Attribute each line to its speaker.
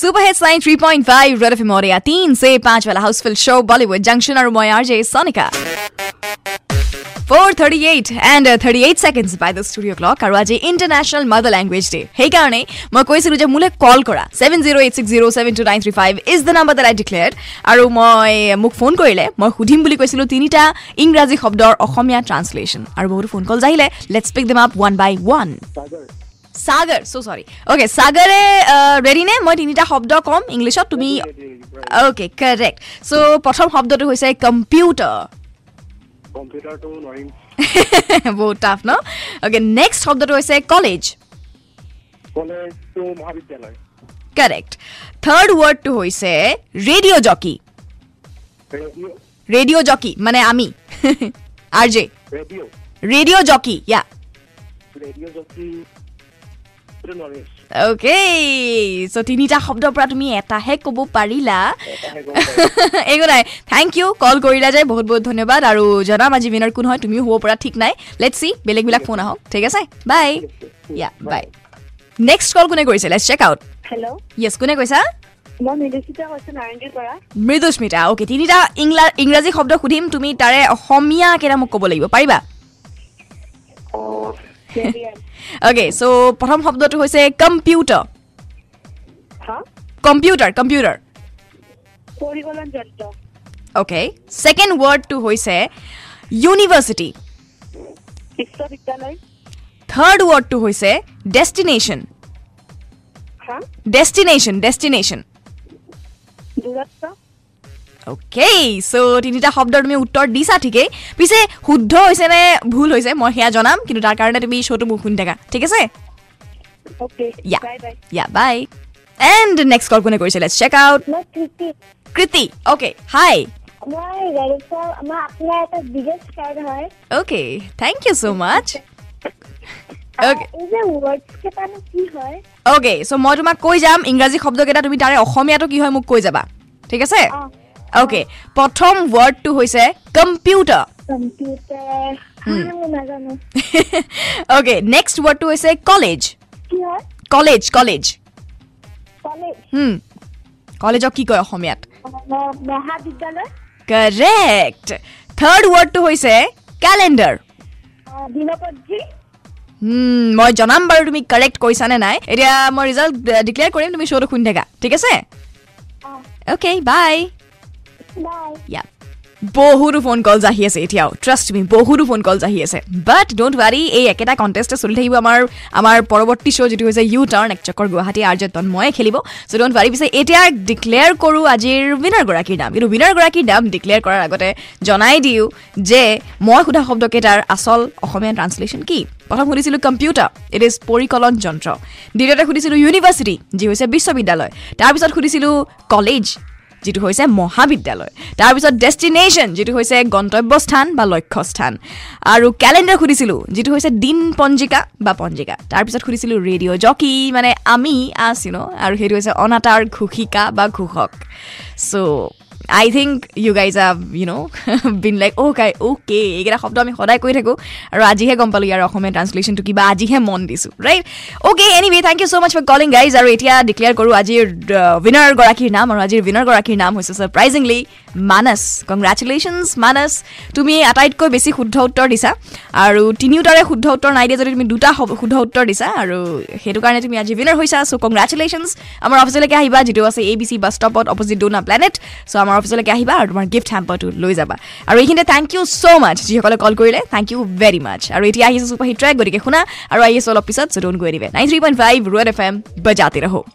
Speaker 1: Super hits 93.5 red FM और या तीन से पांच वाला हाउसफुल शो बॉलीवुड जंक्शन और मैं RJ Sonika 438 and uh, 38 seconds by the studio clock আৰু আজি ইণ্টাৰনেশ্যনেল মাদাৰ লেংগুৱেজ ডে' সেইকাৰণে মই কৈছিলোঁ যে মোলৈ কল কৰা seven zero' eight six zero' seven two nine three five is the number that I declared আৰু মই মোক ফোন কৰিলে মই সুধিম বুলি কৈছিলোঁ তিনিটা ইংৰাজী শব্দৰ অসমীয়া ট্ৰান্সলেশ্যন আৰু বহুতো ফোন কল আহিলে let speak them up one by one Sagar so' sorry okay সাগৰে ৰেডি নে মই তিনিটা শব্দ ক'ম ইংলিছত তুমি অ'কে কাৰেক্ট চ' প্ৰথম শব্দটো হৈছে কম্পিউটাৰ
Speaker 2: কম্পিউটাৰটো নোৱাৰিম
Speaker 1: বহুত টাফ ন অ'কে নেক্সট শব্দটো হৈছে কলেজ
Speaker 2: কলেজটো মহাবিদ্যালয়
Speaker 1: কাৰেক্ট থাৰ্ড ৱৰ্ডটো হৈছে radio' jockey
Speaker 2: radio'
Speaker 1: radio' jockey মানে আমি R J
Speaker 2: radio'
Speaker 1: radio' jockey yeah
Speaker 2: radio' jockey এইটো নোৱাৰিম
Speaker 1: অ'কে চ' তিনিটা শব্দৰ পৰা তুমি এটাহে ক'ব পাৰিলা
Speaker 2: এটাহে গম পাইছোঁ।
Speaker 1: একো নাই থেংক ইউ কল কৰিলা যে বহুত বহুত ধন্যবাদ আৰু জনাম আজি উইনাৰ কোন হয় তুমিও হ'ব পৰা ঠিক নাই লেট চি বেলেগবিলাক ফোন আহক ঠিক আছে বাই য়া বাই নেক্সট কল কোনে কৰিছে let's check out
Speaker 3: hello'
Speaker 1: yes কোনে কৈছা
Speaker 3: মই মৃদুস্মিতা কৈছোঁ নাৰেংগীৰ পৰা
Speaker 1: মৃদুস্মিতা অ'কে ah, তিনিটা ইংলা ইংৰাজী শব্দ সুধিম তুমি তাৰে অসমীয়া কেইটা মোক ক'ব লাগিব পাৰিবা
Speaker 3: কেৰিয়াৰ
Speaker 1: অ'কে চ' প্ৰথম শব্দটো হৈছে কম্পিউটাৰ
Speaker 3: হা
Speaker 1: কম্পিউটাৰ কম্পিউটাৰ
Speaker 3: পৰিকলন যন্ত্ৰ
Speaker 1: অ'কে ছেকেণ্ড ৱৰ্ডটো হৈছে ইউনিভাৰ্চিটি
Speaker 3: বিশ্ববিদ্যালয়
Speaker 1: থাৰ্ড ৱৰ্ডটো হৈছে ডেষ্টিনেশ্যন
Speaker 3: হা
Speaker 1: ডেষ্টিনেশ্যন ডেষ্টিনেশ্যন
Speaker 3: দূৰত্ব
Speaker 1: অ'কে চ' তিনিটা শব্দৰ তুমি উত্তৰ দিছা ঠিকেই পিছে শুদ্ধ হৈছে নে ভুল হৈছে মই সেয়া জনাম কিন্তু তাৰ কাৰণে তুমি শ্ব'টো মোক শুনি থাকা ঠিক আছে
Speaker 3: অ'কে
Speaker 1: Yeah.
Speaker 3: বাই বাই
Speaker 1: য়া বাই এণ্ড নেক্সট কল কোনে কৰিছিলে চেক আউট
Speaker 4: মই কৃতি
Speaker 1: কৃতি অ'কে হাই
Speaker 4: মই ৰেডিছৰ আমাৰ আপোনাৰ এটা বিগেষ্ট ফেন হয়
Speaker 1: okay thank you so' much
Speaker 4: আৰু
Speaker 1: Okay.
Speaker 4: এই যে ৱৰ্ডছ কেইটা নো কি হয়
Speaker 1: অ'কে চ' মই তোমাক কৈ যাম ইংৰাজী শব্দকেইটা তুমি তাৰে অসমীয়াটো কি হয় মোক কৈ যাবা ঠিক আছে
Speaker 4: অ
Speaker 1: অ'কে প্ৰথম ৱৰ্ডটো হৈছে কম্পিউটাৰ
Speaker 4: কম্পিউটাৰ হা, মই নাজানো
Speaker 1: অ'কে নেক্সট ৱৰ্ডটো হৈছে কলেজ
Speaker 4: কি হয়
Speaker 1: কলেজ কলেজ
Speaker 4: কলেজ
Speaker 1: কলেজক Hmm. কি কয় অসমীয়াত
Speaker 4: ম- মহাবিদ্যালয়
Speaker 1: কাৰেক্ট থাৰ্ড ৱৰ্ডটো হৈছে কেলেণ্ডাৰ
Speaker 4: অ, দিনপঞ্জী
Speaker 1: Hmm. মই জনাম বাৰু তুমি কাৰেক্ট কৰিছানে নাই এতিয়া মই ৰিজাল্ট ডিক্লেয়াৰ কৰিম তুমি শ্ব'টো শুনি থাকা ঠিক আছে
Speaker 4: অ
Speaker 1: অ'কে বাই
Speaker 4: বাই
Speaker 1: ইয়া বহুতো ফোন কলছ আহি আছে এতিয়াও ট্ৰাষ্ট মি বহুতো ফোন কলছ আহি আছে বাট ড'ণ্ট ৱাৰি এই একেটা কণ্টেষ্টে চলি থাকিব আমাৰ আমাৰ পৰৱৰ্তী শ্ব' যিটো হৈছে ইউ টাৰ্ণ এক চক্কৰ গুৱাহাটী আৰ্য তন্ময়ে খেলিব চ' ড'ণ্ট ৱাৰি পিছে এতিয়া ডিক্লেয়াৰ কৰোঁ আজিৰ উইনাৰগৰাকীৰ নাম কিন্তু উইনাৰগৰাকীৰ নাম ডিক্লেয়াৰ কৰাৰ আগতে জনাই দিওঁ যে মই সোধা শব্দকেইটাৰ আচল অসমীয়া ট্ৰান্সলেশ্যন কি প্ৰথম সুধিছিলোঁ কম্পিউটাৰ ইট ইজ পৰিকলন যন্ত্ৰ দ্বিতীয়তে সুধিছিলোঁ ইউনিভাৰ্চিটি যি হৈছে বিশ্ববিদ্যালয় তাৰপিছত সুধিছিলোঁ কলেজ যিটো হৈছে মহাবিদ্যালয় তাৰপিছত ডেষ্টিনেশ্যন যিটো হৈছে গন্তব্যস্থান বা লক্ষ্যস্থান আৰু কেলেণ্ডাৰ সুধিছিলোঁ যিটো হৈছে দিন পঞ্জিকা বা পঞ্জিকা তাৰপিছত সুধিছিলোঁ ৰেডিঅ' জকি মানে আমি আছিনো আৰু সেইটো হৈছে অনাতাৰ ঘোষিকা বা ঘোষক so' I think you guys আ you no' been like okay okay এইকেইটা শব্দ আমি সদায় কৈ থাকোঁ আৰু আজিহে গম পালোঁ ইয়াৰ অসমীয়া ট্ৰান্সলেশ্যনটো কিবা আজিহে মন দিছোঁ right okay anyway thank you so' much for calling guys আৰু এতিয়া ডিক্লেয়াৰ কৰোঁ আজিৰ উইনাৰগৰাকীৰ নাম আৰু আজিৰ উইনাৰগৰাকীৰ নাম হৈছে ছাৰপ্ৰাইজিংলি মানস কংগ্ৰেচুলেশ্যনছ মানস তুমি আটাইতকৈ বেছি শুদ্ধ উত্তৰ দিছা আৰু তিনিওটাৰে শুদ্ধ উত্তৰ নাই দিয়া যদি তুমি দুটা শব- শুদ্ধ উত্তৰ দিছা আৰু সেইটো কাৰণে তুমি আজি উইনাৰ হৈছা চ' কংগ্ৰেচুলেশ্যনছ আমাৰ অফিচলৈকে আহিবা যিটো আছে এ বি চি বাছ ষ্টপত অপজিট ডোনা প্লেনেট চ' আমাৰ অফিচলৈকে আহিবা আৰু তোমাৰ গিফ্ট হেম্পাৰটো লৈ যাবা আৰু এইখিনিতে থেংক ইউ ছ' মাছ যিসকলে কল কৰিলে থেংক ইউ ভেৰি মাছ আৰু এতিয়া আহিছে চুপাৰ হিট ট্ৰেক গতিকে শুনা আৰু আহি আছোঁ অলপ পিছত চ' ডোন গৈ দিবে নাইন থ্ৰী পইণ্ট ফাইভ ৰুৱেল এফ এম বজাতে ৰহ